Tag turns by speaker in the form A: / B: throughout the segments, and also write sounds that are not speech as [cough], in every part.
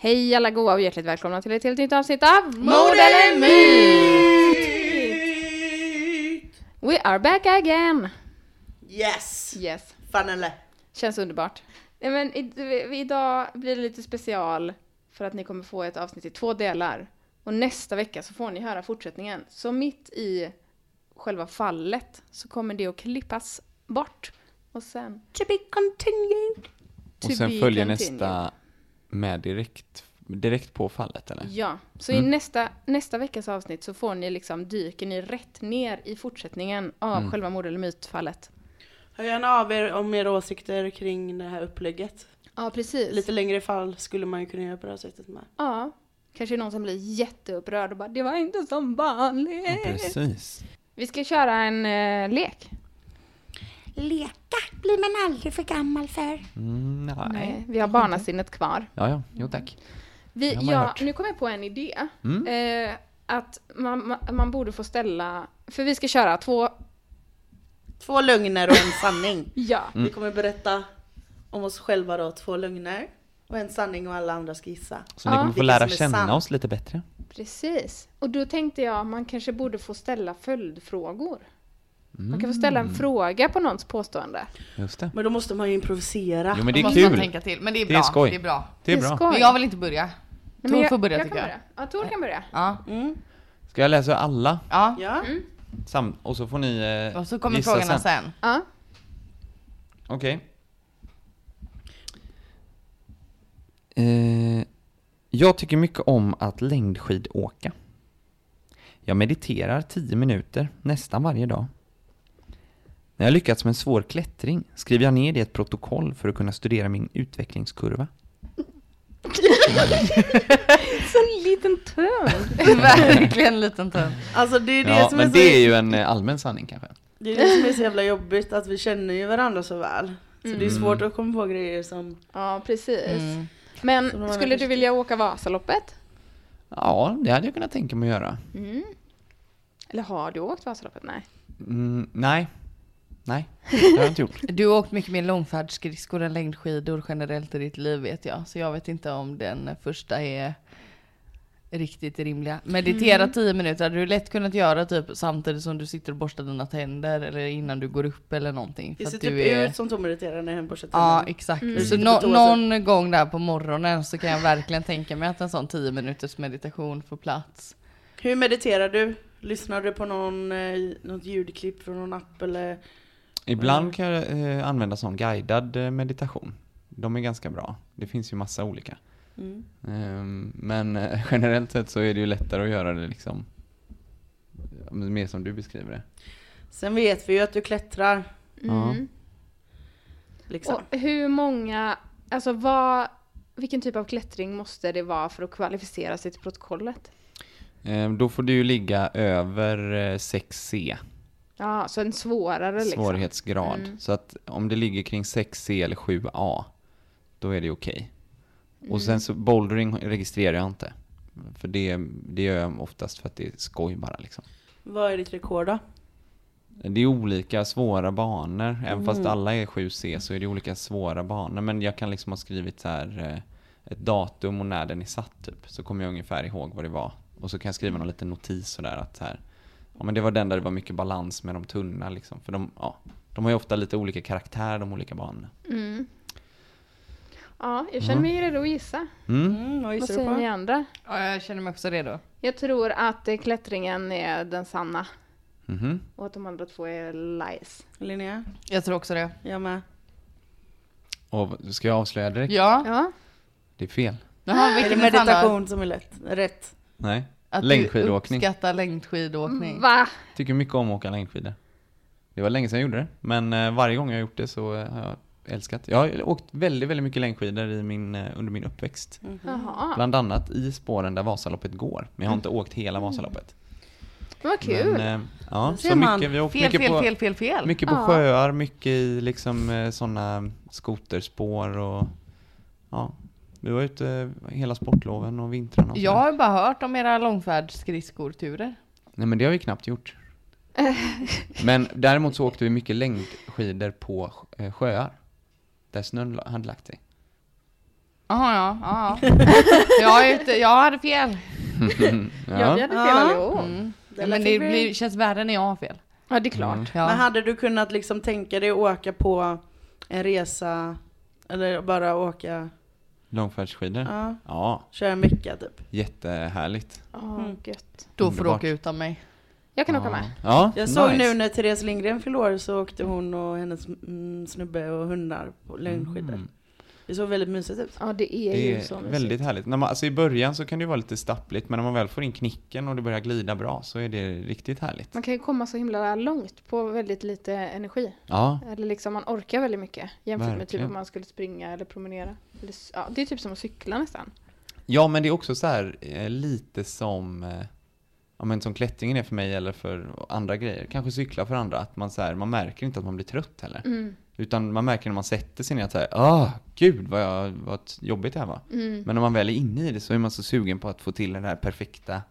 A: Hej alla goa och hjärtligt välkomna till ett helt nytt avsnitt av
B: Mord eller myt?
A: We are back again!
B: Yes!
A: Yes,
B: Fan eller?
A: känns underbart. Nej men i, vi- idag blir det lite special för att ni kommer få ett avsnitt i två delar. Och nästa vecka så får ni höra fortsättningen. Så mitt i själva fallet så kommer det att klippas bort. Och sen...
B: To be continued.
A: to
C: Och sen
A: be
C: följer
A: continued.
C: nästa med direkt, direkt på fallet eller?
A: Ja, så i nästa, nästa veckas avsnitt så får ni liksom, dyker ni rätt ner i fortsättningen av själva mord eller mytfallet.
B: Hör gärna av er om era åsikter kring det här upplägget.
A: Ja, precis.
B: Lite längre fall skulle man ju kunna göra på det här sättet med.
A: Ja. Kanske någon som blir jätteupprörd och bara “det var inte som vanligt”.
C: Precis.
A: Vi ska köra en eh, lek.
D: Leka blir man aldrig för gammal för.
C: Mm, nej.
A: Eh, Vi har barnasinnet kvar.
C: Ja, ja. Jo tack.
A: Vi,
C: Det har man
A: ja,
C: hört. Mm.
A: nu kom jag på en idé. Eh, att man, man, man borde få ställa... För vi ska köra två...
B: Två lögner och en sanning.
A: Ja.
C: Mm.
B: Vi kommer berätta om oss själva då, två lögner. Och en sanning och alla andra ska gissa.
C: Så ni
A: Ja.
C: kommer få
B: Vilket
C: lära
B: som är sant.
C: känna oss lite bättre.
A: Precis. Och då tänkte jag att man kanske borde få ställa följdfrågor. Man kan få ställa
C: Mm.
A: en fråga på någons påstående.
C: Just det.
B: Men då måste man ju improvisera.
C: Jo men det är
E: måste man
C: kul.
E: tänka till. Men det är
C: Det
E: bra.
C: är skoj.
E: Det är bra.
C: Det är bra.
A: skoj.
E: Men jag vill inte börja.
A: Nej, men
E: Tor
A: jag-
E: får börja
A: jag
E: tycker
A: kan
E: jag.
A: Börja. Ja, Tor kan börja.
E: Ja.
C: Ska jag läsa alla?
E: ja.
B: Ja,
C: Sam och så får ni eh,
E: Och så kommer
C: gissa
E: frågorna sen.
A: Ja.
C: Okej. Eh, jag tycker mycket om att längdskidåka. Jag mediterar 10 minuter nästan varje dag. När jag lyckats med en svår klättring skriver jag ner det i ett protokoll för att kunna studera min utvecklingskurva.
A: En liten tönt.
E: [laughs]
C: [laughs]
E: Verkligen liten tönt.
B: alltså det är det,
C: Ja,
B: som, är
C: men
B: så,
C: det är ju en eh, allmän sanning kanske.
B: det, är det som är så jävla jobbigt, att vi känner ju varandra så väl. Så det är
C: Mm.
B: svårt att komma på grejer som...
A: Ja, precis.
E: Mm.
B: Som
A: Men
B: någon
A: skulle du
B: annan
A: vilja åka Vasaloppet?
C: Ja, det hade jag kunnat tänka mig att göra.
A: Eller har du åkt Vasaloppet? Nej.
C: Mm, nej. Nej, det har jag inte gjort.
E: Du har åkt mycket mer långfärdsskridskor än längdskidor generellt i ditt liv vet jag. Så jag vet inte om den första är riktigt rimliga. Meditera 10 minuter hade du lätt kunnat göra typ samtidigt som du sitter och borstar dina tänder eller innan du går upp eller någonting.
B: Det
E: att
B: ser typ
E: du är-
B: ut som tommeriterare när jag borstar
E: Ja
B: tänderna.
E: exakt.
B: Du
E: Så
B: sitter
E: nå-
B: Mm. på toaletten.
E: någon gång där på morgonen så kan jag verkligen tänka mig att en sån 10 minuters meditation får plats.
B: Hur mediterar du? Lyssnar du på någon, eh, något ljudklipp från någon app eller?
C: Ibland kan jag eh, använda sån guidad eh, meditation. De är ganska bra. Det finns ju massa olika.
A: Mm.
C: Ehm, men eh, [laughs] generellt sett så är det ju lättare att göra det liksom ja, men mer som du beskriver det.
B: Sen vet vi ju att du klättrar.
C: Ja.
B: Liksom.
A: Mm. Och hur många, alltså vad, vilken typ av klättring måste det vara för att kvalificera sig till protokollet?
C: Ehm, då får du ju ligga över eh, 6C
A: Ja, så en svårare liksom.
C: svårighetsgrad. Så att om det ligger kring 6C eller 7A, då är det okej. Och
A: Mm.
C: sen så bouldering registrerar jag inte. För det, det gör jag oftast för att det är skoj bara liksom.
B: Vad är ditt rekord då?
C: Det är olika svåra banor, även fast
E: Mm.
C: alla är 7C så är det olika svåra banor. Men jag kan liksom ha skrivit så här eh, ett datum och när den är satt typ. Så kommer jag ungefär ihåg vad det var. Och så kan jag
E: Mm.
C: skriva någon liten notis sådär att så här, ja men det var den där det var mycket balans med de tunna liksom. För de, ja, de har ju ofta lite olika karaktär de olika banorna.
A: Ja, jag känner mig redo att gissa.
B: Mm, vad
A: Vad
B: gissar du
A: säger ni
B: på?
A: andra?
E: Ja, jag känner mig också redo.
A: Jag tror att eh, klättringen är den sanna
C: Mhm.
A: och att de andra två är lies.
B: Linnea?
E: Jag tror också det.
B: Jag med.
C: Och ska jag avslöja direkt?
E: Ja.
A: Ja.
C: Det är fel.
E: Jaha,
B: Är det
E: vilken fan då?
B: meditation som är lätt? Rätt.
C: Nej.
E: Att du
C: längdskidåkning.
E: uppskattar längdskidåkning.
A: Va?
C: Tycker mycket om att åka längdskidor. Det var länge sedan jag gjorde det. Men eh, varje gång jag har gjort det så eh, har jag älskat. Jag har åkt väldigt, väldigt mycket längdskidor i min, eh, under min uppväxt.
A: Mm. Jaha.
C: Bland annat i spåren där Vasaloppet går. Men jag har inte åkt hela Vasaloppet.
A: Men vad kul.
C: Men, eh, ja,
B: ser
C: så
B: man.
C: mycket. Vi har åkt
E: Fel,
C: mycket på,
E: fel, fel, fel, fel.
C: Mycket på
A: Ja.
C: sjöar, mycket i liksom sådana skoterspår och ja. Vi var ute eh, hela sportloven och vintrarna. och
E: Jag
C: sådär.
E: har bara hört om era långfärdsskridskoturer.
C: Nej men det har vi
A: [laughs]
C: knappt gjort. men däremot så åkte vi mycket längdskidor på eh, sjöar. Där snön la- hade lagt sig.
E: Jaha, ja. ja, [laughs] ja. jag, är ute, jag hade fel.
A: Ja, vi hade fel
B: Ja.
A: allihop.
C: Mm.
B: Det
E: Ja,
B: lät ju
E: men det
B: bra.
E: blir, känns värre när jag har fel.
A: Ja, det är klart.
C: Mm.
E: Ja.
B: Men hade du kunnat liksom tänka dig att åka på en resa eller bara åka,
C: Långfärdsskidor?
B: ja,
C: Ja,
B: köra en vecka typ?
C: jättehärligt.
A: Åh, gött.
E: Då får du
C: Underbart.
E: åka utan mig.
A: Jag kan åka
C: Mm. ja.
A: med.
C: Ja,
B: Jag såg
C: nice.
B: nu när Therese Lindgren fyllde år så åkte hon och hennes mm, snubbe och hundar på
C: Mm.
B: längdskidor. Det såg väldigt mysigt ut.
A: Ja, det är
C: Det
A: ju så
C: är
A: mysigt.
C: väldigt härligt. När man, alltså I början så kan det ju vara lite stappligt, men när man väl får in knicken och det börjar glida bra så är det riktigt härligt.
A: Man kan ju komma så himla långt på väldigt lite energi.
C: Ja,
A: Eller liksom man orkar väldigt mycket jämfört med typ
C: Verkligen.
A: om man skulle springa eller promenera. Eller, s- ja, det är typ som att cykla nästan.
C: Ja, men det är också så här eh, lite som, eh, ja, men som klättringen är för mig eller för andra grejer. Kanske cykla för andra, att man, så här, man märker inte att man blir trött heller. Utan man märker när man sätter sig ner att så här, ah, gud vad, jag, vad t- jobbigt det här var. Men när man väl är inne i det så är man så sugen på att få till det här perfekta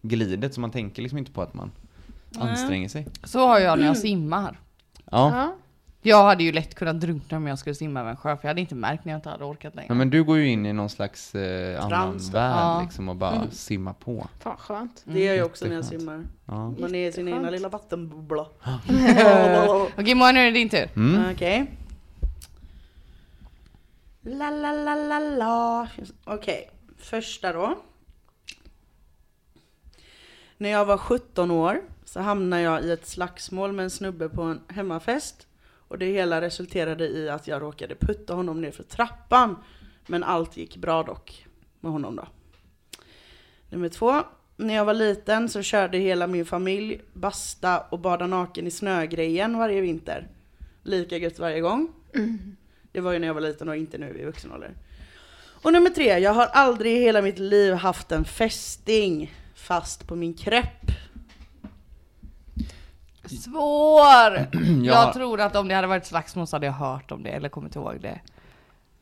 C: glidet så man tänker liksom inte på att man anstränger sig.
E: Så har jag när jag simmar.
C: Ja.
A: Ja.
E: Jag hade ju lätt kunnat drunkna om jag skulle simma över en sjö, för jag hade inte märkt när jag inte hade orkat längre.
C: Ja, men du går ju in i någon slags eh, annan
B: Trans då.
C: värld
E: Ja.
C: liksom och bara simma på.
A: Fan skönt.
B: Det gör jag också när jag
C: jätteskönt.
B: simmar.
C: Ja.
B: Man är i sin egna
A: Jätteskönt.
B: lilla vattenbubbla. [laughs]
E: Okej Moa, nu är det din tur.
B: Okej. La, la, la, la, la. Okej, första då. När jag var 17 år så hamnade jag i ett slagsmål med en snubbe på en hemmafest. Och det hela resulterade i att jag råkade putta honom ner för trappan. Men allt gick bra dock med honom då. Nummer två. När jag var liten så körde hela min familj basta och bada naken i snögrejen varje vinter. Lika gött varje gång. Det var ju när jag var liten och inte nu i vuxen ålder. Och nummer tre. Jag har aldrig i hela mitt liv haft en fästing fast på min krepp.
E: Svår!
B: [clears throat]
C: Ja.
E: Jag tror att om det hade varit slagsmål så hade jag hört om det eller kommit ihåg det.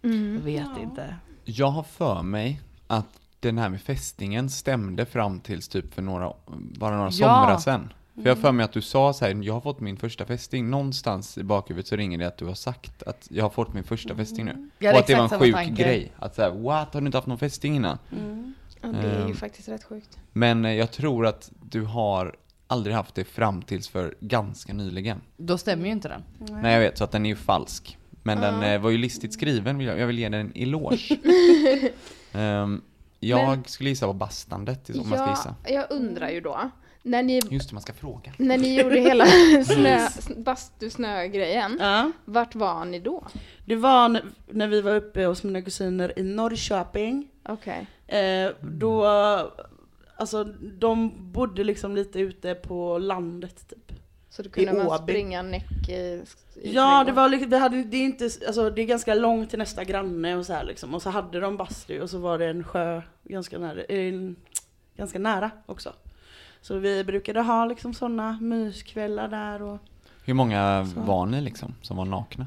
E: Jag vet inte.
C: Jag har för mig att den här med fästingen stämde fram tills typ för några, bara några somrar sedan. För jag har
E: Mm.
C: för mig att du sa så här, jag har fått min första fästing. Någonstans i bakhuvudet så ringer det att du har sagt att jag har fått min första fästing nu.
E: Mm. Jag hade
C: Och att det var en
E: exakt samma
C: sjuk
E: tanke. Mm.
C: grej. Att så här, what, har du inte haft någon fästing innan?
A: Ja, det är ju
C: Ehm.
A: faktiskt rätt sjukt.
C: Men eh, jag tror att du har aldrig haft det fram tills för ganska nyligen.
E: Då stämmer ju inte den.
C: Nej jag vet, så att den är ju falsk. Men den eh, var ju listigt skriven, vill jag, jag vill ge den en eloge.
A: [laughs]
C: Ehm, jag skulle gissa på bastandet, i så man ska gissa.
A: Jag, jag undrar ju då, när ni,
C: Just det, man ska fråga.
A: när ni gjorde
C: [laughs]
A: hela snö, bastusnögrejen,
B: Ja.
A: vart var ni då?
B: Det var n- när vi var uppe hos mina kusiner i Norrköping.
A: Okej.
B: Eh, då, alltså de bodde liksom lite ute på landet typ.
A: Så då kunde
B: I
A: man
B: Åby.
A: springa näck i, i
B: Ja, det
A: trädgården.
B: var liksom, det, hade, det, är inte, alltså, det är ganska långt till nästa granne och så här liksom. Och så hade de bastu och så var det en sjö ganska nära, eh, ganska nära också. Så vi brukade ha liksom sådana myskvällar där och
C: Hur många var ni liksom, som var nakna?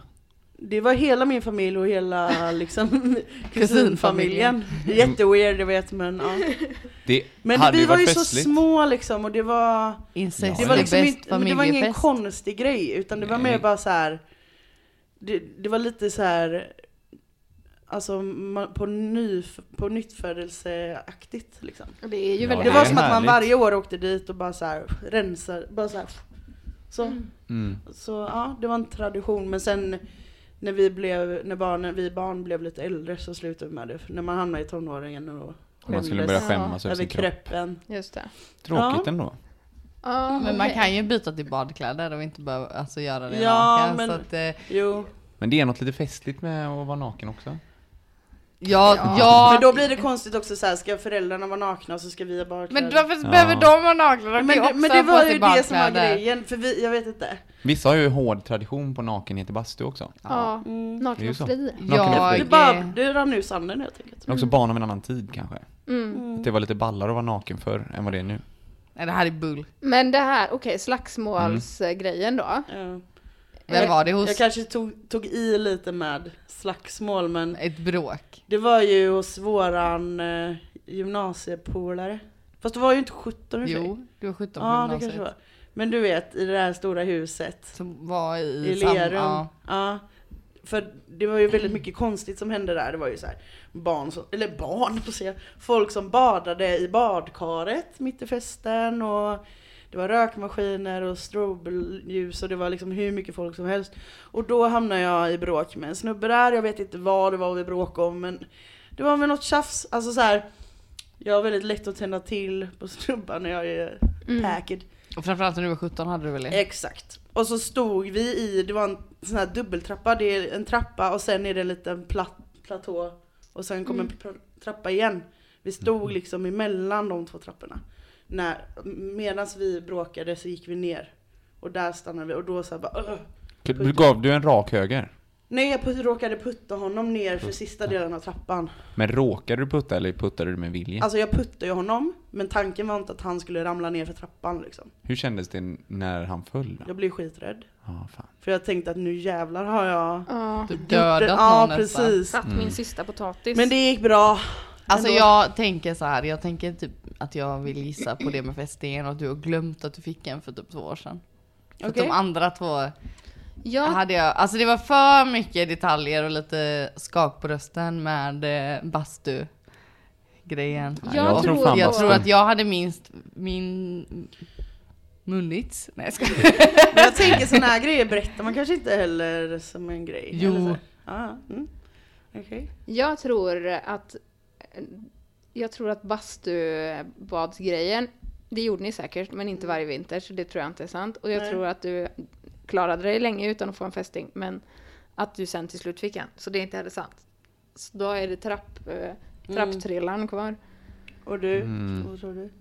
B: det var hela min familj och
C: [laughs]
B: hela liksom kusinfamiljen. Jätteweird jag vet men ja.
C: Det
B: Men
C: hade
B: vi
C: ju
B: var ju
C: varit
B: så
C: festligt.
B: små liksom och det var
E: Incest
B: Det var,
E: är
B: liksom
E: bäst
B: inte, men det var ingen
E: familjefest.
B: konstig grej, utan det var
C: Nej.
B: mer bara så här. Det, det var lite så här. Alltså man, på, ny, på nyttfödelseaktigt liksom.
A: Det är ju
C: Ja,
A: väldigt
B: Det
C: det
B: var
C: är
B: som att man
C: härligt.
B: varje år åkte dit och bara så här rensade, bara så här. Så,
C: Mm.
B: så ja, det var en tradition. Men sen när vi, blev, när barnen, vi barn blev lite äldre så slutade vi med det. För När man hamnade i tonåringen och
C: Man skulle
B: skämdes
C: börja skämmas över
B: över
C: sin kropp.
B: kreppen.
A: Just det.
C: Tråkigt
B: Ja.
C: ändå.
A: Ja,
E: Men man
A: okej.
E: kan ju byta till badkläder och inte behöva alltså, göra det
B: Ja,
E: naken.
B: men-
E: Så att, eh,
B: Jo.
C: Men det är något lite festligt med att vara naken också.
E: Ja, ja.
B: Men då blir det konstigt också så här, ska föräldrarna vara nakna och så ska vi ha barnkläder?
F: Men varför behöver de ha naglar? De kan
B: men,
F: ju
B: det,
F: också
B: men det
F: ha på
B: var
F: sig
B: ju det som var
F: barnkläder.
B: grejen, för vi, jag vet inte.
C: Vissa har ju hård tradition på nakenhet i bastu också.
A: Ja,
C: Det är ju så.
A: nakenfri.
C: Nakenhet.
B: Du,
E: jag,
B: bara, du rann ur sanden helt enkelt.
C: Men också barn av en annan tid kanske.
A: Mm.
C: Att det var lite ballare att vara naken förr än vad det är nu.
E: nej, det här är bull.
A: Men det här, okej, slagsmålsgrejen då.
B: Ja.
E: Vem var det hos?
B: Jag kanske tog, tog i lite med slagsmål men
E: Ett bråk.
B: det var ju hos våran eh, gymnasiepolare. Fast du var ju inte 17 i och för sig.
E: Jo, du var 17 på
B: Ja det kanske
E: gymnasiet.
B: var. Men du vet i det här stora huset
E: Som var i,
B: i
E: sam-
B: Lerum.
E: ja.
B: Ja. För det var ju väldigt mycket konstigt som hände där. Det var ju så här barn som, eller barn [laughs] på se, folk som badade i badkaret mitt i festen och det var rökmaskiner och strobelljus och det var liksom hur mycket folk som helst. Och då hamnade jag i bråk med en snubbe där, jag vet inte vad det var vi bråkade om men det var väl något tjafs, alltså så här. Jag har väldigt lätt att tända till på [laughs] snubbar när jag är
E: Mm.
B: packed.
E: Och framförallt när du var 17 hade du väl det?
B: Exakt. Och så stod vi i, det var en sån här dubbeltrappa, det är en trappa och sen är det en liten platt, platå och sen kommer
E: Mm.
B: en pr- trappa igen. Vi stod liksom emellan de två trapporna. När, medans vi bråkade så gick vi ner. Och där stannade vi och då så här bara "Ugh."
C: Du gav du en rak höger?
B: Nej jag put- råkade putta honom ner för sista delen av trappan.
C: Men råkade du putta eller puttade du med vilja?
B: Alltså jag puttade ju honom, men tanken var inte att han skulle ramla ner för trappan liksom.
C: Hur kändes det när han föll då?
B: Jag blev skiträdd.
C: Ja, fan.
B: För jag tänkte att nu jävlar har jag...
A: Ja,
E: Du
B: gjort
E: typ dödat
B: det.
E: någon
B: Ja
E: nästan.
B: precis.
A: satt min sista potatis.
B: Men det gick bra.
E: Alltså
B: Ändå.
E: jag tänker så här, jag tänker typ att jag vill gissa på det med fästingen och att du har glömt att du fick en för typ två år sedan. För att
B: Okej.
E: de andra två
A: ja,
E: hade jag, alltså det var för mycket detaljer och lite skak på rösten med eh, bastu grejen.
A: Jag Jag tror tror
C: fan
E: jag
C: bastu.
E: tror att jag hade minst min munnits. Nej jag skojar.
B: Men jag tänker sådana här grejer berättar man kanske inte heller som en grej.
E: Jo.
B: Eller så här. Ja, mm. Okej.
A: Jag tror att jag tror att bastubadsgrejen, det gjorde ni säkert, men inte varje vinter, så det tror jag inte är sant. Och jag
B: Nej.
A: tror att du klarade dig länge utan att få en fästing, men att du sen till slut fick en, så det är inte heller sant. Så då är det trapp, eh, trapptrillan kvar.
B: Och du? Vad tror du?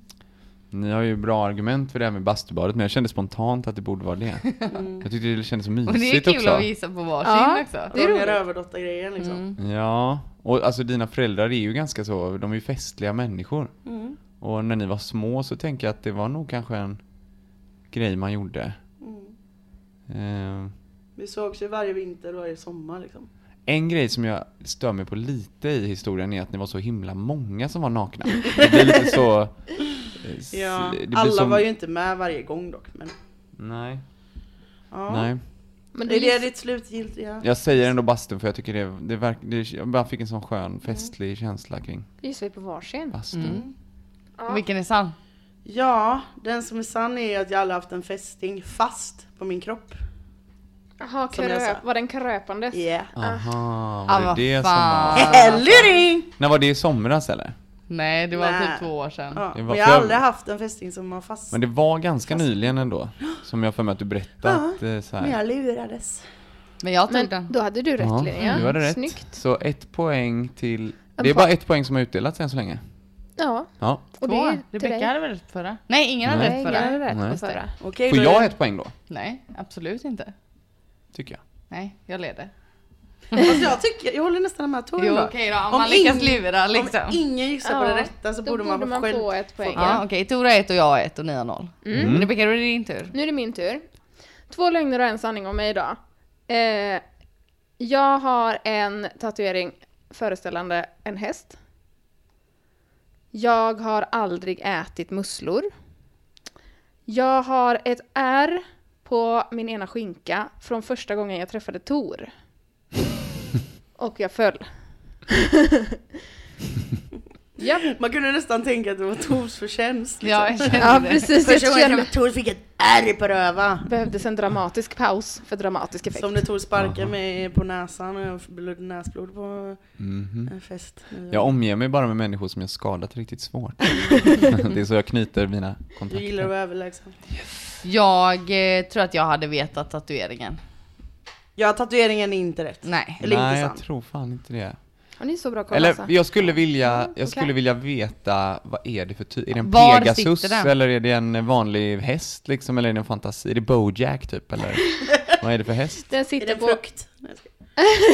C: Ni har ju bra argument för det här med bastubadet, men jag kände spontant att det borde vara
E: [laughs]
C: det. Mm. Jag tyckte det kändes så
E: Och det är
C: mysigt
E: kul
C: också.
E: att gissa på varsin
A: Ja.
E: också.
A: Det är
B: Ronja
A: roligt. Mm.
B: Rövardotter-grejen liksom.
C: Ja, och alltså dina föräldrar är ju ganska så, de är ju festliga människor.
E: Mm.
C: Och när ni var små så tänker jag att det var nog kanske en grej man gjorde.
E: Mm.
C: Eh,
B: Vi sågs ju varje vinter och varje sommar liksom.
C: en grej som jag stör mig på lite i historien är att ni var så himla många som var nakna. Det blir lite så... eh, s-
B: Ja.
C: det blir
B: Alla
C: som-
B: var ju inte med varje gång dock. Men,
C: Nej.
B: ja.
C: Nej.
A: Men
B: Är det
A: det,
B: ditt slutgiltiga?
C: Jag säger ändå bastun för jag tycker det, det, verk, det Jag bara fick en sån skön festlig känsla kring
A: gissar vi på varsin.
C: bastun.
E: Vilken är sann?
B: Ja, den som är sann är att jag aldrig haft en fästing fast på min kropp.
A: Jaha,
B: Som jag
A: kröp,
B: sa.
A: var den kröpandes?
B: Yeah.
C: Aha,
E: Ah,
C: var
E: vad
C: det det som
E: fan.
C: var?
B: Luring!
C: När var det i somras eller?
E: Nej det var
B: Nej.
E: typ två år sedan.
B: Ja,
C: Det var
B: men jag har
C: för-
B: aldrig haft en fästing som har fast.
C: Men det var ganska nyligen ändå, som jag för mig att du berättat eh, så
B: Men
C: här.
B: jag lurades.
E: Men jag tog den.
A: Men då hade du rätt
C: Ja,
A: Linnea.
C: du hade rätt.
A: Snyggt.
C: Så ett poäng till...
A: En
C: Det är bara
A: poäng.
C: ett poäng som har utdelats än så länge.
A: Ja,
C: Ja.
A: och det
E: Två.
A: är till
E: Rebecka
A: dig.
E: hade väl rätt förra? Nej, ingen hade
A: Nej,
E: rätt
A: jag hade
E: förra.
A: rätt på
C: Nej.
A: förra.
B: Okej,
C: Får
B: då-
C: jag ett poäng då?
E: Nej, absolut inte.
C: Tycker jag.
E: Nej, jag leder.
B: Fast jag, tycker, jag håller nästan med Tor
E: Jo,
B: då.
E: okej då, om, man lyckas lura liksom.
B: Om ingen gissar på
A: Ja,
B: det rätta så
A: Då
B: borde man,
A: borde man
B: själv
A: få ett poäng.
E: Ja, okej, Tora har ett och jag har ett och ni har noll. Men Rebecka, då är det din tur.
A: Nu är det min tur. Två lögner och en sanning om mig idag. Eh, jag har en tatuering föreställande en häst. Jag har aldrig ätit musslor. Jag har ett R på min ena skinka från första gången jag träffade
B: [laughs]
A: Tor. Och jag föll. ja,
B: Man kunde nästan tänka att det var Tors förtjänst. liksom.
E: Ja, jag känner
A: ja,
E: det.
A: precis. [laughs] Jag
B: Första gången jag
A: kände,
B: träffade Tor fick ett ärr på röva.
A: behövdes en dramatisk paus för dramatisk effekt.
B: Som när Tor sparkade mig på näsan och jag blödde näsblod på
E: Mhm.
B: en fest.
C: Jag omger mig bara med människor som jag skadat riktigt svårt. det är så jag knyter mina
B: Du gillar
C: kontakter.
B: att vara överlägsen.
E: Jag eh, tror att jag hade vetat tatueringen.
B: Ja, tatueringen är inte rätt.
E: Nej.
B: Eller
C: Nej,
B: inte
C: jag
B: sant.
C: tror fan inte det.
A: Har ni så bra koll
C: Eller
A: alltså?
C: jag skulle vilja,
A: Mm,
C: jag skulle
A: okej.
C: vilja veta, vad är det för typ? Är det en
E: Var
C: Pegasus
E: sitter den?
C: eller är det en vanlig häst liksom? Eller är det en fantasi? Är det Bojack typ eller? vad är det för häst?
A: Den
B: Är
A: sitter,
B: det
A: på, [laughs]
B: frukt? Nej,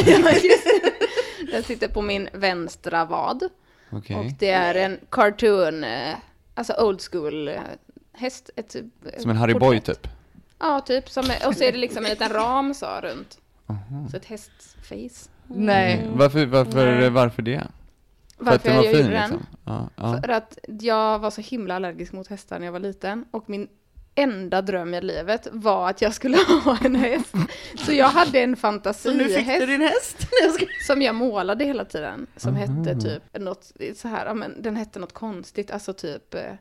B: jag skojar.
A: den sitter på min vänstra vad.
C: Okej.
A: Och det är en cartoon, eh, alltså old school eh, häst. Ett, eh,
C: Som en Harry Boy
A: porträtt.
C: typ?
A: Ja, typ. Som, och så är det liksom en liten ram så runt. Så ett hästface.
E: Nej.
C: Mm. Varför, varför, varför det? För att
A: Varför
C: den
A: jag
C: var
A: gjorde
C: fin
A: den?
C: liksom? Ja, ja.
A: För att jag var så himla allergisk mot hästar när jag var liten och min enda dröm i livet var att jag skulle [laughs] ha en häst. Så jag hade en
B: Så nu fick du
A: fantasihäst
B: din häst? [laughs] Nej, jag skojar.
A: som jag målade hela tiden. Som hette typ något så här, ja, men den hette något konstigt, alltså typ eh,
E: Har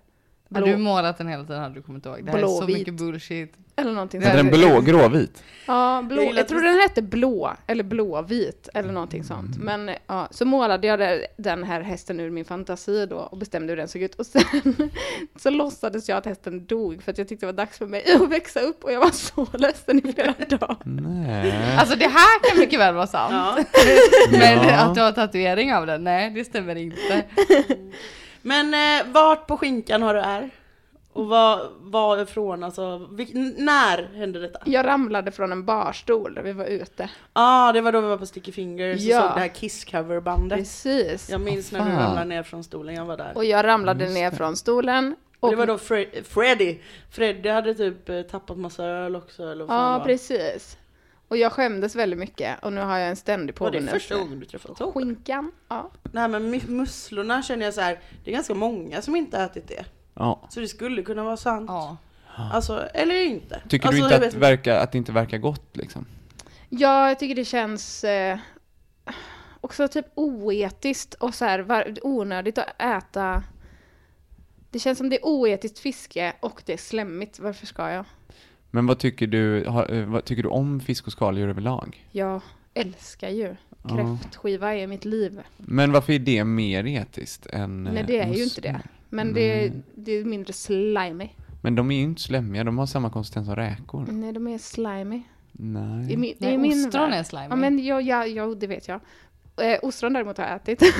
A: blå-
E: du målat den hela tiden hade du kommit ihåg. Det här är så
A: Blåvit.
E: mycket bullshit.
A: eller någonting.
C: Heter
A: sånt.
C: den blå, gråvit?
A: Ja, blå.
B: Jag
A: Jag,
B: gillar att Mm.
A: tror den hette blå eller blåvit eller någonting sånt. Men eh, ja, så målade jag det- den här hästen ur min fantasi då och bestämde hur den såg ut. Och sen [laughs] så låtsades jag att hästen dog för att jag tyckte det var dags för mig [laughs] att växa upp och jag var så [laughs] ledsen i
B: [laughs]
A: flera
B: Mm.
A: dagar.
C: Nej.
E: Alltså det här kan mycket väl vara sant.
B: Ja.
E: [laughs] Men
C: Ja.
E: att du har tatuering av den, nej det stämmer inte.
B: Men eh, vart på skinkan har du är? Och vad, vad ifrån alltså? Vilk, n- när hände detta? Ja,
A: Jag ramlade från en barstol där vi var ute.
B: ah, det var då vi var på Sticky Fingers
A: Ja.
B: och såg det här Kiss coverbandet.
A: Precis.
B: Jag minns när du
C: Fan.
B: ramlade ner från stolen, jag var där.
A: Och jag ramlade ner från stolen. Och
B: det var då Fre- Freddy. Freddy hade typ eh, tappat massa öl också eller vad fan
A: Ja,
B: det var.
A: precis. Och jag skämdes väldigt mycket och nu har jag en ständig
B: Var det
A: påminnelse.
B: första gången du träffade Tobbe?
A: Skinkan, ja.
B: Det här med mu- musslorna känner jag så här. det är ganska många som inte har ätit det.
C: Ja.
B: Så det skulle kunna vara sant.
E: Ja.
B: Alltså, eller inte.
C: Tycker
B: alltså,
C: du inte
B: jag
C: att,
B: vet
C: verka, att det inte verkar gott liksom?
A: Ja, jag tycker det känns eh, också typ oetiskt och så här var, onödigt att äta. Det känns som det är oetiskt fiske och det är slemmigt. Varför ska jag?
C: Men vad tycker du, har, eh, vad tycker du om fisk och skaldjur överlag?
A: Jag älskar ju
C: Ja. Eh,
A: kräftskiva är mitt liv.
C: Men varför är det mer etiskt än
A: Nej,
C: eh,
A: det är ju
C: musslor?
A: inte det. Men det, det är mindre slimy.
C: Men de är ju inte slemmiga, de har samma konsistens som räkor.
A: Nej, de är slimy. Mm. I
C: Nej.
A: min,
E: Nej,
A: i min
E: ostron
A: värld.
E: är slimy.
A: Ja, men ja, ja, ja, det vet jag. Eh, ostron däremot har jag ätit.
E: [laughs]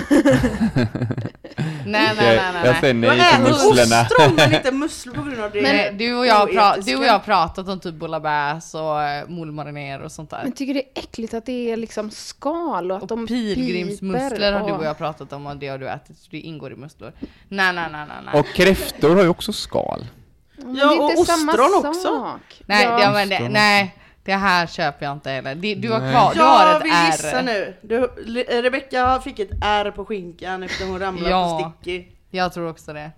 E: Nej nej nej
C: jag säger
E: nej. nej.
B: Du har
C: nej till
B: ätit
C: musslorna.
B: ostron men inte musslor på grund av det.
E: Nej, du, och jag har pra-
B: oetiska.
E: du och jag har pratat om typ bouillabaisse och eh, moules mariner och sånt där.
A: Men tycker det är äckligt att det är liksom skal och att de
E: Och pilgrimsmusslor
A: piper
E: har du och
A: och-
E: jag pratat om och det har du ätit så det ingår i musslor. Nej nej nej nej. nej.
C: Och kräftor har ju också skal.
A: Men
B: Ja,
A: det är
B: och
A: inte samma
B: ostron också.
A: sak.
E: Nej,
A: ja,
E: det, men det, nej det här köper jag inte heller. Det, du har
C: Nej.
E: kvar, du har
B: Jag
E: ett
B: vill
E: R.
B: gissa nu. Du, Le- Rebecca fick ett R på skinkan efter hon ramlade
E: Ja.
B: på Sticky.
E: Jag tror också det.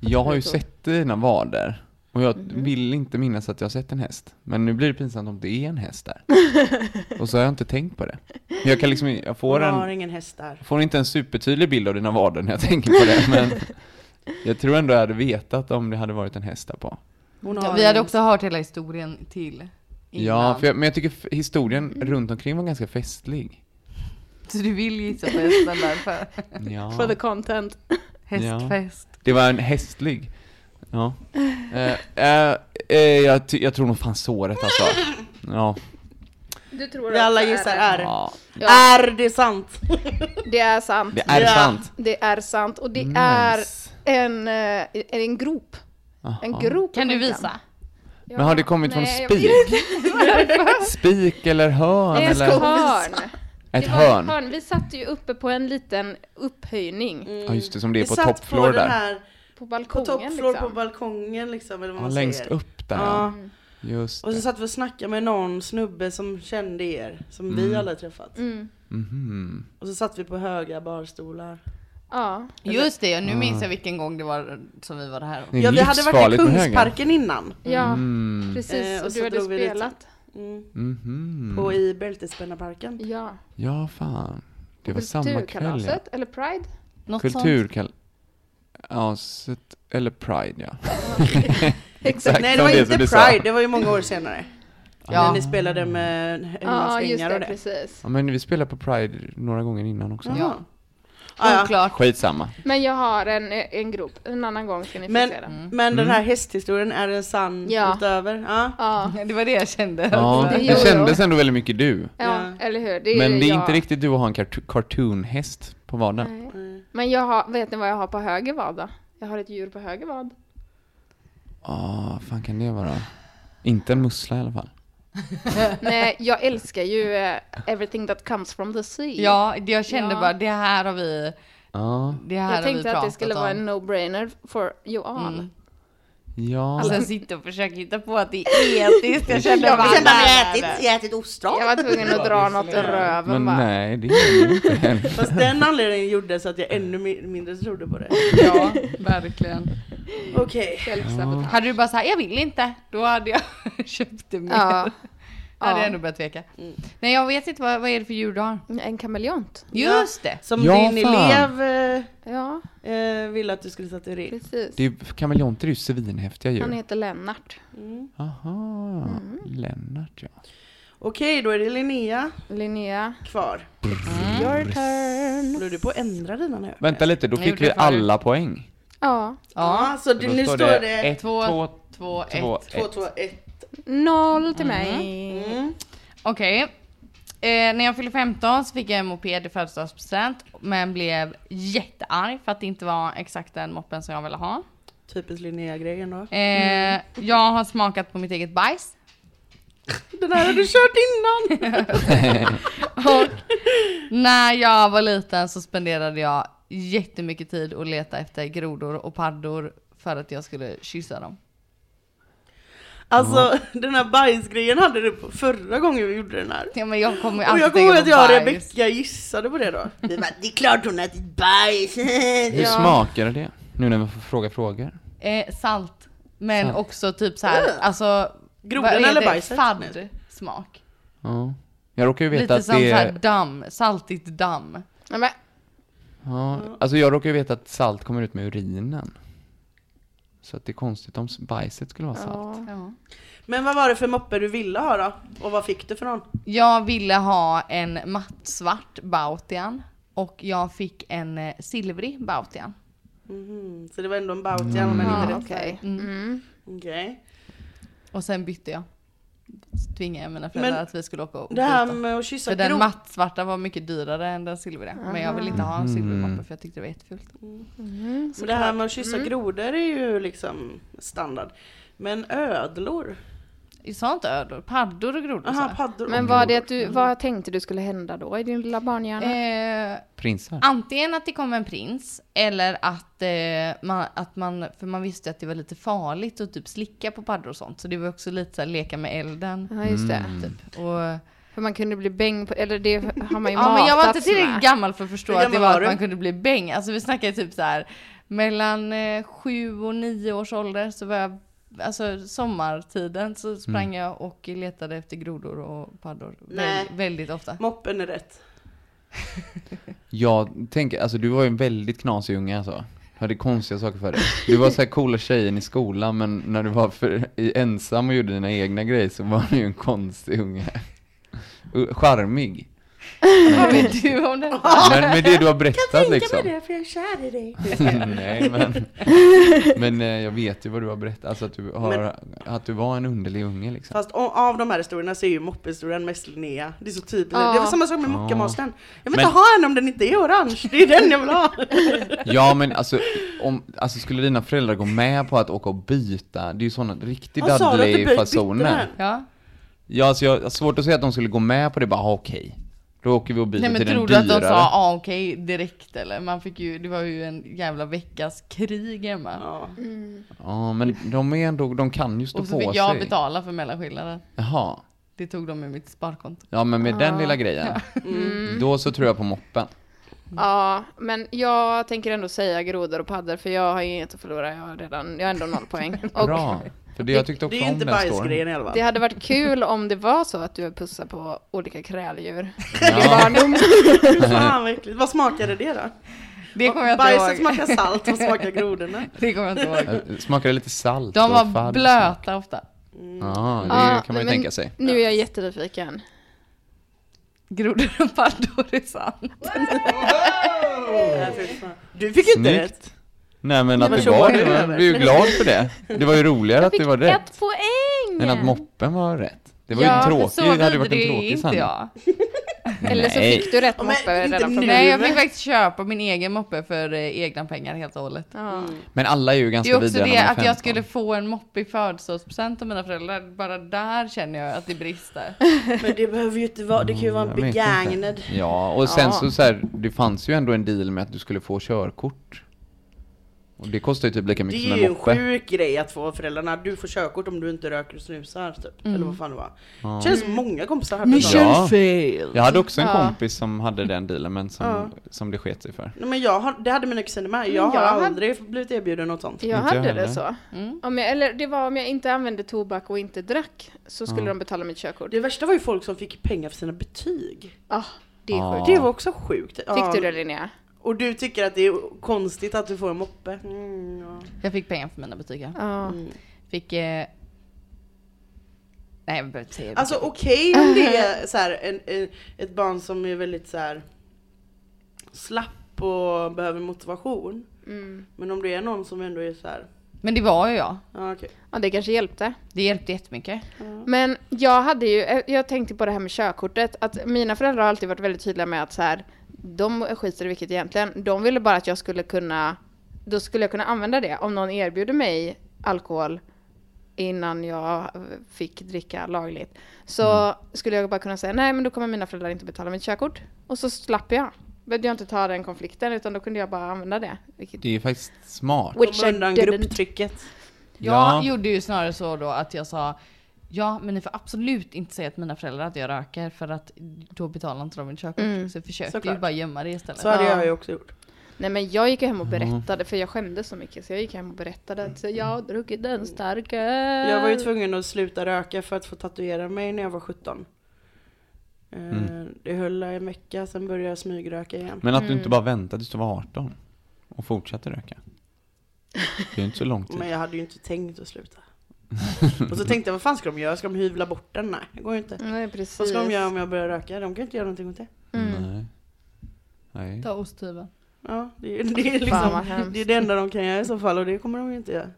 C: Jag har ju sett dina vader. Och jag
A: Mhm.
C: vill inte minnas att jag har sett en häst. Men nu blir det pinsamt om det är en
A: [laughs]
C: häst där. och så har jag inte tänkt på det. Men Jag kan liksom, jag får
B: Hon har
C: en,
B: ingen häst där.
C: jag får inte en supertydlig bild av dina vader när jag tänker på det. Men jag tror ändå jag hade vetat om det hade varit en häst där på.
B: Hon
E: Ja,
B: har
E: vi hade
B: ingen-
E: också hört hela historien till innan.
C: Ja, för jag, men jag tycker f- historien runt omkring var ganska festlig.
E: [laughs] Så du vill gissa på hästen därför.
A: [laughs] For
C: Ja.
A: the content.
E: Hästfest.
C: Det var en hästlig. Ja. Eh, eh, eh, jag, ty- jag tror nog fan såret alltså. Ja.
A: Du tror
B: Vi alla gissar R.
C: ja.
B: Är det sant? [laughs]
A: Det är sant.
C: Det är
B: Ja.
C: sant.
A: Det är sant. Och det
C: Nice.
A: är en, eh, en grop. En grop.
E: Kan
A: på skinkan.
E: du visa?
A: Ja.
C: Men har det kommit
A: Nej,
C: från
A: jag
C: spik? [laughs] Spik eller hörn?
A: Det är
C: Eller
A: ett hörn.
C: ett
A: Det var
C: hörn?
A: ett hörn. Vi satt ju uppe på en liten upphöjning
C: Ja just det, som det är
B: Vi
C: på
B: satt på
C: toppflår
B: den
C: där.
B: här,
A: Mm. på
B: på
A: balkongen.
B: toppflår
A: liksom.
B: på balkongen liksom eller vad
C: Ja,
B: man
C: längst
B: säger.
C: upp där
B: Ja.
C: ja.
A: Mm.
C: Just
B: Och så
C: det.
B: satt vi och snackade med någon snubbe som kände er, som
C: Mm.
B: vi alla träffat.
E: Mm.
A: Mm.
C: Mhm.
B: Och så satt vi på höga barstolar.
A: ja.
E: Just det, nu minns jag vilken gång det var som vi var här.
C: Det är
B: Ja vi hade varit i
C: livsfarligt med höger.
B: Kungsparken innan.
A: ja,
C: Mm.
A: precis.
B: Eh, och
A: och
B: så
A: du hade
B: drog vi dit.
A: spelat.
B: Mm.
C: Mhm.
B: Och i Bältesspännarparken.
A: Ja.
C: Ja fan. Det var samma kväll ja.
A: Kulturkalaset, eller Pride.
E: Något sånt.
C: Kulturkalaset, eller Pride ja. [laughs]
A: Exakt.
B: Nej det
C: som
B: var
C: det
B: inte
C: som du
B: Pride,
C: sa.
B: det var ju många år senare. När ni spelade med
A: Ja, just
B: hemmasvängar
A: det,
B: och det.
A: precis.
C: ja men vi spelade på Pride några gånger innan också.
B: Ja. Ah, ja.
E: Oklart.
C: Skitsamma.
A: Men jag har en, en grop. En annan gång ska ni få
B: Men,
A: se den.
C: Mm.
B: men den här hästhistorien är en sann
A: Ja.
B: utöver? Ja.
A: Ja.
E: Det var det jag kände.
C: Ja,
A: Det
C: det
A: gjorde
C: kändes ändå väldigt mycket du.
A: ja, eller hur. Det är
C: Men
A: ju
C: det är
A: jag.
C: inte riktigt du att ha en kart- cartoonhäst på vardagen.
A: Nej. Men jag har, vet ni vad jag har på höger vad då? Jag har ett djur på höger vad.
C: Ah, fan kan det vara? Inte en mussla i alla fall.
A: Nej, jag älskar ju eh, everything that comes from the sea.
E: Ja, det jag kände
A: Ja.
E: bara det här har vi,
C: Ja.
E: det här
A: jag
E: har vi
A: tänkte
E: pratat
A: att det skulle
E: om. Mm.
A: vara en no-brainer for you all.
C: Ja.
A: Alltså,
E: Sen sitta Alltså, och försöka hitta på att det är etiskt. Jag kände bara...
D: Jag kände att jag ätit, jag ätit ostron.
A: Jag var tvungen att dra något ur
C: Men
A: röven bara.
C: nej, det är det ju inte heller.
B: Fast den anledningen gjorde så att jag ännu mi- mindre trodde
A: [laughs]
B: på det.
E: Ja, verkligen.
B: Okej.
A: Självsabotage.
E: Hade du bara såhär, jag vill inte, då hade jag [laughs] köpt det mer.
A: Ja.
E: Då hade
A: Ja.
E: jag ändå börjat tveka. Nej, jag vet inte, vad, vad är det för djur du har?
A: En kameleont.
E: Just det!
B: Som
C: Ja,
B: din
C: fan.
B: elev eh,
A: Ja,
B: eh, ville att du skulle tatuera.
A: precis.
C: Det är ju- Kameleonter är ju svinhäftiga
A: Han
C: djur.
A: heter Lennart.
C: Aha, Lennart ja.
B: Okej, då är det Linnea
A: Linnea.
B: kvar.
C: Mm.
A: Your turn.
B: Håller du på att ändra dina nu?
C: Vänta lite, då
E: Jag
C: fick
E: gjorde
C: vi
E: det förut.
C: alla poäng.
A: Ja.
E: Ja.
B: Ja, så det, nu står det
C: ett,
E: Två,
C: två,
E: två, ett.
C: två,
B: två
C: ett.
B: två ett.
A: Noll till mig.
B: Mm.
E: Okej. Eh, när jag fyllde 15 så fick jag en moped i födelsedagspresent men blev jättearg för att det inte var exakt den moppen som jag ville ha.
B: Typiskt Linnea-grejen då.
E: Eh,
B: Mm.
E: Jag har smakat på mitt eget bajs.
B: Den här har du kört innan!
E: Och när jag var liten så spenderade jag jättemycket tid att leta efter grodor och paddor för att jag skulle kyssa dem.
B: Alltså [laughs] den här bajsgrejen hade du på förra gången vi gjorde den här.
E: Ja, men jag kommer
B: [laughs] Och
E: ju alltid
B: jag kommer ihåg
E: tänka
B: att
E: på
B: jag och
E: bajs.
B: Rebecka gissade på det då.
D: Vi bara, Det är klart hon ätit bajs.
C: Hur smakade det? Nu när vi får fråga frågor.
E: Eh, salt. Men också typ så här, alltså.
B: Grodan
E: vad är
B: eller
E: det?
B: bajset?
E: Fadd smak.
C: Ja. Jag råkar ju veta
E: Lite
C: att
E: som
C: det
E: så här
C: är...
E: damm, saltigt damm.
A: Nej, men,
C: Ja, alltså jag råkar ju veta att salt kommer ut med urinen. Så att det är konstigt om s- bajset skulle vara salt.
E: Ja.
B: Men vad var det för moppe du ville ha då? Och vad fick du för någon?
E: Jag ville ha en mattsvart Bautian och jag fick en eh, silvrig Bautian.
B: Mhm, Så det var ändå en Bautian men inte
A: ja,
B: rätt färg.
A: okej. Mm.
B: Okej.
E: Och sen bytte jag. Så Tvingade jag mina föräldrar
B: Men
E: att vi skulle åka och
B: Det här
E: byta.
B: med att kyssa
E: För den
B: grod.
E: mattsvarta var mycket dyrare än den silvriga. Men jag vill inte ha
C: Mm.
E: en silvrig moppe för jag tyckte det var jättefult.
B: Men det här med att kyssa grodor är ju liksom standard. Men ödlor?
E: Jag sa inte ödlor, paddor och grodor sa
B: Aha,
E: jag.
B: paddor och
A: men vad, det
B: grodor.
A: att du, vad tänkte du skulle hända då i din lilla barnhjärna?
E: Eh,
C: Prinsar?
E: Antingen att det kom en prins eller att, eh, man, att man, för man visste att det var lite farligt att typ slicka på paddor och sånt. Så det var också lite så här, leka med elden.
A: Ja, just det.
B: Mm.
C: Mm.
E: Typ. Och, ja,
A: För man kunde bli bäng på, eller det har
E: [laughs]
A: man ju
E: men jag var inte
A: matats
E: tillräckligt
A: med.
E: gammal för att förstå
B: Hur
E: att det
B: gammal
E: var
B: var
E: att
B: du?
E: man kunde bli bäng. Alltså vi snackar typ så här mellan eh, sju och nio års ålder så var jag, alltså sommartiden så
B: Mm.
E: sprang jag och letade efter grodor och paddor
B: Nej.
E: Väl, väldigt ofta.
B: [laughs] Moppen är rätt.
C: Jag tänker, alltså du var ju en väldigt knasig unge alltså. Du hade konstiga saker för dig. Du var så här coola tjejen i skolan men när du var för, i, ensam och gjorde dina egna grejer så var du ju en konstig unge. U- Charmig.
E: Vad vet du om det?
C: Men med det du har berättat
D: Tänka
C: liksom.
D: mig det för jag är kär i dig.
C: [laughs] Nej men, men eh, jag vet ju vad du har berättat, alltså att du, har, att du var en underlig unge liksom.
B: Fast o- av de här historierna så är ju moppehistorien mest Linnea. Det är så typiskt.
A: Ja.
B: Det var samma sak med mockamasten. Jag vill
C: Men-
B: inte ha en om den inte är orange. Det är den jag vill
C: [laughs]
B: ha.
C: Ja men alltså, om, alltså skulle dina föräldrar gå med på att åka och byta? Det är ju sådana riktigt
B: Vad sa du att du bytte
C: Dudley-fasoner.
B: den?
E: Ja.
C: Ja alltså jag jag har svårt att säga att de skulle gå med på det, bara "Ah, okej. Då åker vi och byter
E: Nej men
C: till den
E: tror du att de
C: dyrare.
E: sa ah, okej direkt eller? Man fick ju, det var ju en jävla veckas krig hemma.
B: Ja.
C: Ja men de är ändå, de kan ju stå
E: och så
C: på
E: fick
C: sig.
E: jag betala för mellanskillnaden.
C: Jaha.
E: Det tog de ur mitt sparkonto.
C: Ja men med
B: Ah.
C: den lilla grejen.
B: Mm.
C: Då så tror jag på moppen.
A: Ja, men jag tänker ändå säga grodor och paddor för jag har ju inget att förlora. Jag har redan, jag har ändå noll
C: [laughs]
A: poäng. Och
C: Bra. För det, jag tyckte
B: Det
C: också
B: är ju
C: om
B: inte
C: den storyn.
B: bajsgrejen i alla fall.
A: det hade varit kul om det var så att du pussar på olika kräldjur.
C: Ja.
B: [laughs] Fan vad äckligt. Vad smakade det då?
E: Det kommer jag
B: Bajset
E: inte ihåg.
B: smakar salt, vad
E: [laughs]
B: smakar grodorna?
E: Det kommer jag inte ihåg.
C: Smakade Eh, lite salt
E: De
C: och
E: var Ah,
C: fadd.
E: blöta ofta.
C: Ja, det
A: Ja,
C: kan man ju
A: men
C: tänka sig.
A: Nu är jag jättenyfiken.
E: Grodor och paddor är sant.
B: Nej, fy fan. Du fick inte
C: Snyggt.
B: rätt!
C: Nej men att
B: men
C: det
B: så
C: var
B: var
C: det,
B: det
C: jag
B: över.
C: blev ju glad för det. Det var ju roligare att det var rätt
G: ett poäng!
C: än att moppen var rätt. Det var
F: Ja,
C: ju
F: för
C: tråkigt,
F: så
C: det hade ju
F: vidrig
C: varit en
F: är
C: tråkig
F: inte
C: sanning.
E: Ja.
A: Eller så
C: Nej.
A: fick du rätt
B: Ja, men
A: moppe
B: inte
A: redan från
B: nu.
A: början.
E: Nej, jag fick faktiskt köpa min egen moppe för eh, egna pengar helt och hållet.
A: Ja.
C: Men alla är ju
E: Det är
C: ganska
E: också
C: vidriga när
E: det
C: man är
E: att jag
C: 15.
E: skulle få en moppe i födelsedagspresent av mina föräldrar. Bara där känner jag att det brister.
B: Men det behöver ju inte vara, det kan ju vara en
C: Mm, Jag vet
B: begagnad.
C: inte. Ja, och sen
A: Ja.
C: så, så här, det fanns ju ändå en deal med att du skulle få körkort. Och det kostar ju typ lika
B: Det
C: mycket som
B: är
C: en
B: ju en
C: moppe.
B: sjuk grej att få av föräldrarna, du får körkort om du inte röker och snusar typ. Eller vad fan det var. Känns som många kompisar hade sånt.
C: Ja.
E: fail!
C: Jag hade också en
A: Ja.
C: kompis som hade den dealen men som, som det sket sig för.
B: Nej, men jag har, det hade mina kusiner med, jag
A: Mm, jag
B: har
A: hade-
B: aldrig blivit erbjuden något sånt.
A: Jag
C: Inte jag
A: hade
C: heller.
A: det så.
E: Mm.
A: Om jag, eller det var om jag inte använde tobak och inte drack så skulle de betala mitt körkort.
B: Det värsta var ju folk som fick pengar för sina betyg.
A: Ah, det är sjukt.
B: Det var också sjukt. Ja.
A: Fick du det Linnea?
B: Och du tycker att det är konstigt att du får en moppe. Mm, ja.
E: Jag fick pengar för mina betyg. ja.
A: Ja.
E: Fick... Eh... Nej, jag behöver inte säga
B: Alltså okej om det
A: [laughs]
B: är så här, en, en, ett barn som är väldigt så här slapp och behöver motivation.
A: Mm.
B: Men om det är någon som ändå är så här,
E: Men det var ju jag.
B: ja okej.
A: Ja, det kanske hjälpte.
E: Det hjälpte jättemycket.
A: Men jag hade ju, eh, jag tänkte på det här med körkortet, att mina föräldrar har alltid varit väldigt tydliga med att så här, de skiter i vilket egentligen, de ville bara att jag skulle kunna, då skulle jag kunna använda det om någon erbjuder mig alkohol innan jag eh, fick dricka lagligt. Så skulle jag bara kunna säga nej men då kommer mina föräldrar inte betala mitt körkort. Och så slapp jag. Behövde jag inte ta den konflikten utan då kunde jag bara använda det. Vilket,
C: Det är faktiskt smart.
A: which I
B: Kom undan
A: didn't.
B: grupptrycket.
C: Ja.
E: Jag gjorde ju snarare så då att jag sa Ja men ni får absolut inte säga till mina föräldrar att jag röker för att då betalar inte de mitt körkort. Så jag försökte
B: Mm. Såklart.
E: ju bara gömma det istället.
B: Så hade jag ju också gjort.
A: Nej men jag gick ju hem och
B: Mm.
A: berättade för jag skämdes så mycket så jag gick hem och berättade att jag har druckit en stark öl.
B: Jag var ju
E: Ehm.
B: tvungen att sluta röka för att få tatuera mig när jag var 17. Eh, Det höll en vecka, sen började jag smygröka igen.
C: Men att du inte bara väntade tills du var 18 och fortsatte röka. Det är inte så lång tid.
B: [laughs] Men jag hade ju inte tänkt att sluta. Och så tänkte jag, vad fan ska de göra? Ska de hyvla bort den? Nej, det går ju inte.
A: Nej precis. Mm.
B: Vad ska de göra om jag börjar röka? De kan ju inte göra någonting åt det.
C: Nej. Nej.
E: Ta osthyveln.
B: Ja, det, är- det, är
A: Fan, vad
B: liksom,
A: hemskt.
B: det är det enda de kan göra i så fall och det kommer de ju inte göra.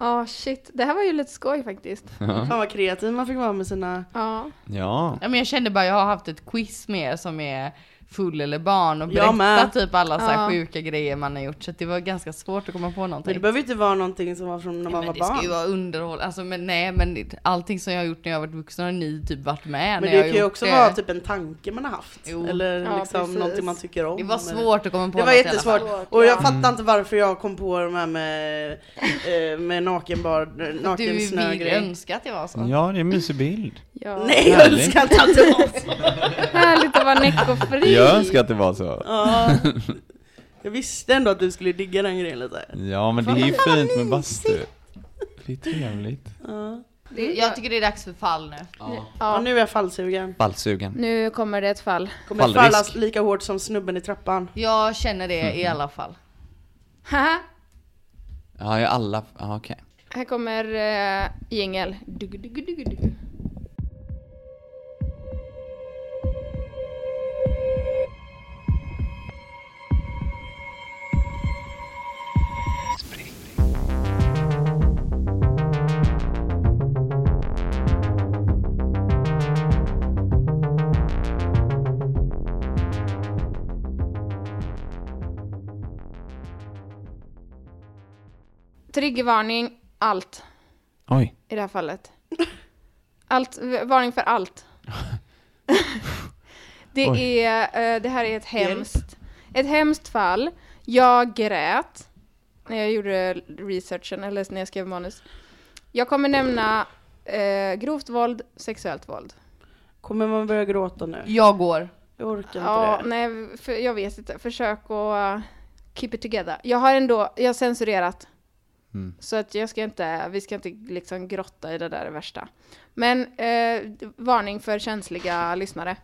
A: Ja shit, det här var ju lite skoj faktiskt.
B: Fan vad kreativ man fick vara med sina...
A: Ja.
C: Ja.
E: Ja, men jag kände bara jag har haft ett quiz med er som är full eller barn och
B: Jag
E: berättat
B: med.
E: typ alla så här
A: Ja.
E: sjuka grejer man har gjort. Så att det var ganska svårt att komma på
B: Men
E: någonting.
B: det behöver ju inte vara någonting som var från när man
E: men
B: var
E: det ska ju
B: barn.
E: vara underhåll, alltså men nej men det- allting som jag har gjort när jag har varit vuxen har ni typ varit med
B: Men
E: när
B: det
E: jag har
B: kan ju
E: gjort
B: också
E: det.
B: vara typ en tanke man har haft.
E: Jo.
B: Eller
A: Ja,
B: liksom
A: precis.
B: någonting man tycker om.
E: Det var
B: eller-
E: svårt att komma på
B: Det var
E: något i alla fall.
B: jättesvårt. Och jag fattar inte varför jag kom på de här med, eh, med nakenbar,
E: [laughs] Du vill
B: nakensnögrejen.
E: önska att det var så.
C: ja, det är en mysig bild.
A: ja.
B: Nej jag
C: Härligt.
B: önskar inte att det var så.
A: Härligt att vara näckofri.
C: Jag önskar att det var så.
B: Ja. Jag visste ändå att du skulle digga den grejen lite.
C: Ja, men det är ju fint med bastu. Det är trevligt.
E: Det, jag tycker det är dags för fall nu.
B: Ja, nu är jag fallsugen.
C: Ballsugen.
A: Nu kommer det ett fall.
B: Kommer
C: Fallrisk.
B: falla lika hårt som snubben i trappan.
E: Jag känner det i alla fall.
A: Haha.
C: Ja, jag alla... Ja, okej.
A: här kommer uh, jingel. Dugg, dugg, dugg, dugg. Triggervarning, allt
C: Oj.
A: i det här fallet. Allt, varning för allt. det,
C: Oj.
A: är, eh, det här är ett hemskt, ett hemskt fall. Jag grät när jag gjorde researchen, eller när jag skrev manus. Jag kommer nämna eh, grovt våld, sexuellt våld.
B: Kommer man börja gråta nu?
E: Jag går.
B: Jag orkar
A: Ja,
B: inte det.
A: nej, för, jag vet inte. Försök att eh, keep it together. Jag har ändå, jag har censurerat.
B: Mm.
A: Så att jag ska inte, vi ska inte liksom grotta i det där värsta. Men eh, varning för känsliga lyssnare.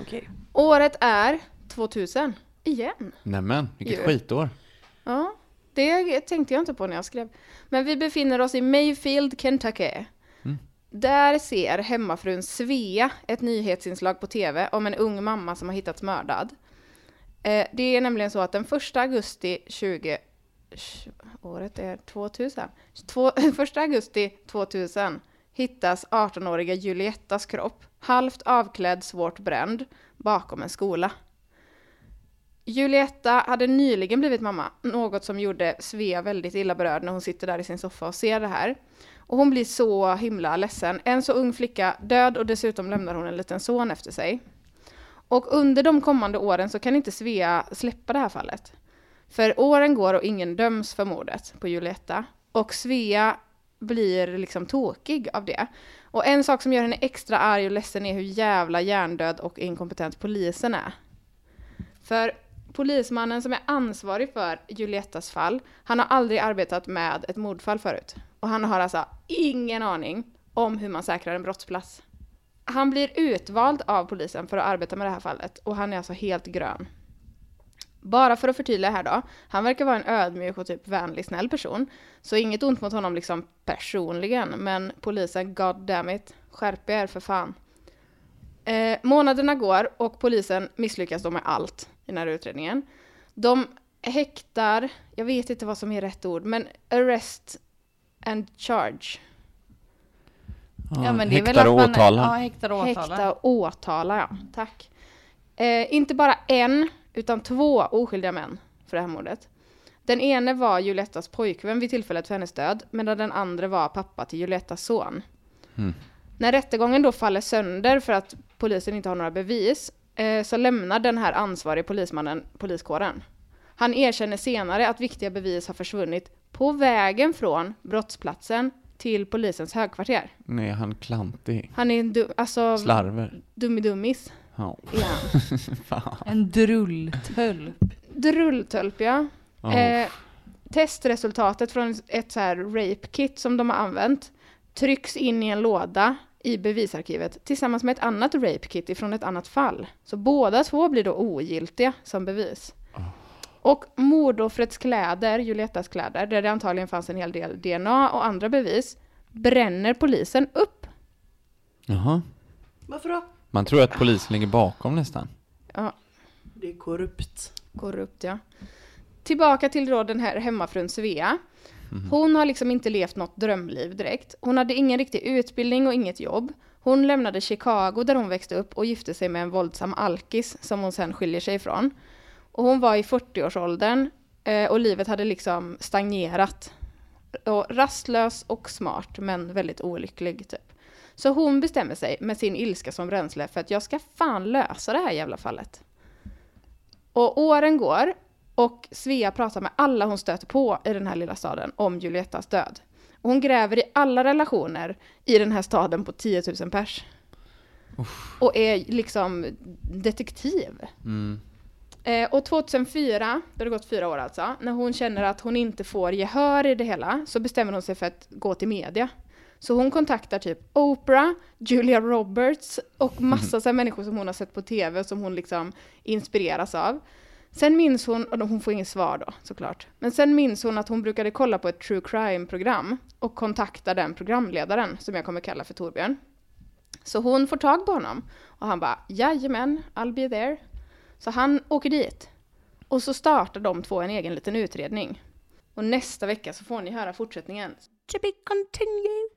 B: Okej.
A: Året är 2000. Igen.
C: Nämen, vilket
A: Jo.
C: skitår.
A: Ja, det tänkte jag inte på när jag skrev. Men vi befinner oss i Mayfield, Kentucky. Där ser hemmafrun Svea ett nyhetsinslag på TV om en ung mamma som har hittats mördad. Eh, det är nämligen så att den 1 augusti 20... tj- Året är 2000. Två, [laughs] 1 augusti 2000 hittas 18-åriga Juliettas kropp, halvt avklädd, svårt bränd, bakom en skola. Julietta hade nyligen blivit mamma, något som gjorde Svea väldigt illa berörd när hon sitter där i sin soffa och ser det här. Och hon blir så himla ledsen. En så ung flicka död och dessutom lämnar hon en liten son efter sig. Och under de kommande åren så kan inte Svea släppa det här fallet. För åren går och ingen döms för mordet på Julietta. Och Svea blir liksom tokig av det. Och en sak som gör henne extra arg och ledsen är hur jävla hjärndöd och inkompetent polisen är. För polismannen som är ansvarig för Juliettas fall, han har aldrig arbetat med ett mordfall förut. Och han har alltså ingen aning om hur man säkrar en brottsplats. Han blir utvald av polisen för att arbeta med det här fallet och han är alltså helt grön. Bara för att förtydliga här då, han verkar vara en ödmjuk och typ vänlig, snäll person. Så inget ont mot honom liksom personligen, men polisen, god damn it, skärp er för fan. Eh, månaderna går och polisen misslyckas då med allt i den här utredningen. De häktar, jag vet inte vad som är rätt ord, men arrest and charge.
E: Ja, men det är väl
C: Häktar
E: att
C: och
E: man, Ja,
C: åtalar.
E: häktar och
A: Häkta
E: åtala.
A: och åtala, ja. Tack. Eh, inte bara en, utan två oskyldiga män för det här mordet. Den ene var Juliettas pojkvän vid tillfället för hennes död, medan den andra var pappa till Juliettas son. När rättegången då faller sönder för att polisen inte har några bevis, eh, så lämnar den här ansvarige polismannen poliskåren. Han erkänner senare att viktiga bevis har försvunnit på vägen från brottsplatsen till polisens högkvarter.
C: Nej, han klantig.
A: Han är en du- alltså,
C: Slarver.
A: dummi-dummis.
C: Ja.
A: är han.
C: [laughs] Fan.
E: En drulltöll.
A: Drulltölp, ja.
C: Ja.
A: Eh, testresultatet från ett så här rape kit som de har använt trycks in i en låda i bevisarkivet tillsammans med ett annat rape kit ifrån ett annat fall. Så båda två blir då ogiltiga som bevis. Och mordoffrets kläder, Julietas kläder, där det antagligen fanns en hel del DNA och andra bevis, bränner polisen upp.
C: Jaha.
B: Varför då?
C: Man tror att polisen ligger bakom nästan.
A: Ja,
B: Det är korrupt.
A: Korrupt, ja. Tillbaka till då den här hemmafrun Svea. Hon har liksom inte levt något drömliv direkt. Hon hade ingen riktig utbildning och inget jobb. Hon lämnade Chicago där hon växte upp och gifte sig med en våldsam alkis som hon sen skiljer sig ifrån. Och hon var i 40-årsåldern eh, och livet hade liksom stagnerat. Och rastlös och smart men väldigt olycklig typ. Så hon bestämmer sig med sin ilska som bränsle för att jag ska fan lösa det här jävla fallet. Och åren går och Svea pratar med alla hon stöter på i den här lilla staden om Juliettas död. Och hon gräver i alla relationer i den här staden på 10 000 pers. Och är liksom detektiv. Eh, och 2004, det har gått fyra år alltså, när hon känner att hon inte får gehör i det hela så bestämmer hon sig för att gå till media. Så hon kontaktar typ Oprah, Julia Roberts och massa så här människor som hon har sett på TV och som hon liksom inspireras av. Sen minns hon, och hon får inget svar då såklart, men sen minns hon att hon brukade kolla på ett true crime-program och kontakta den programledaren som jag kommer kalla för Torbjörn. Så hon får tag på honom och han bara “Jajamän, I'll be there”. Så han åker dit. Och så startar de två en egen liten utredning. Och nästa vecka så får ni höra fortsättningen.
D: To be continued.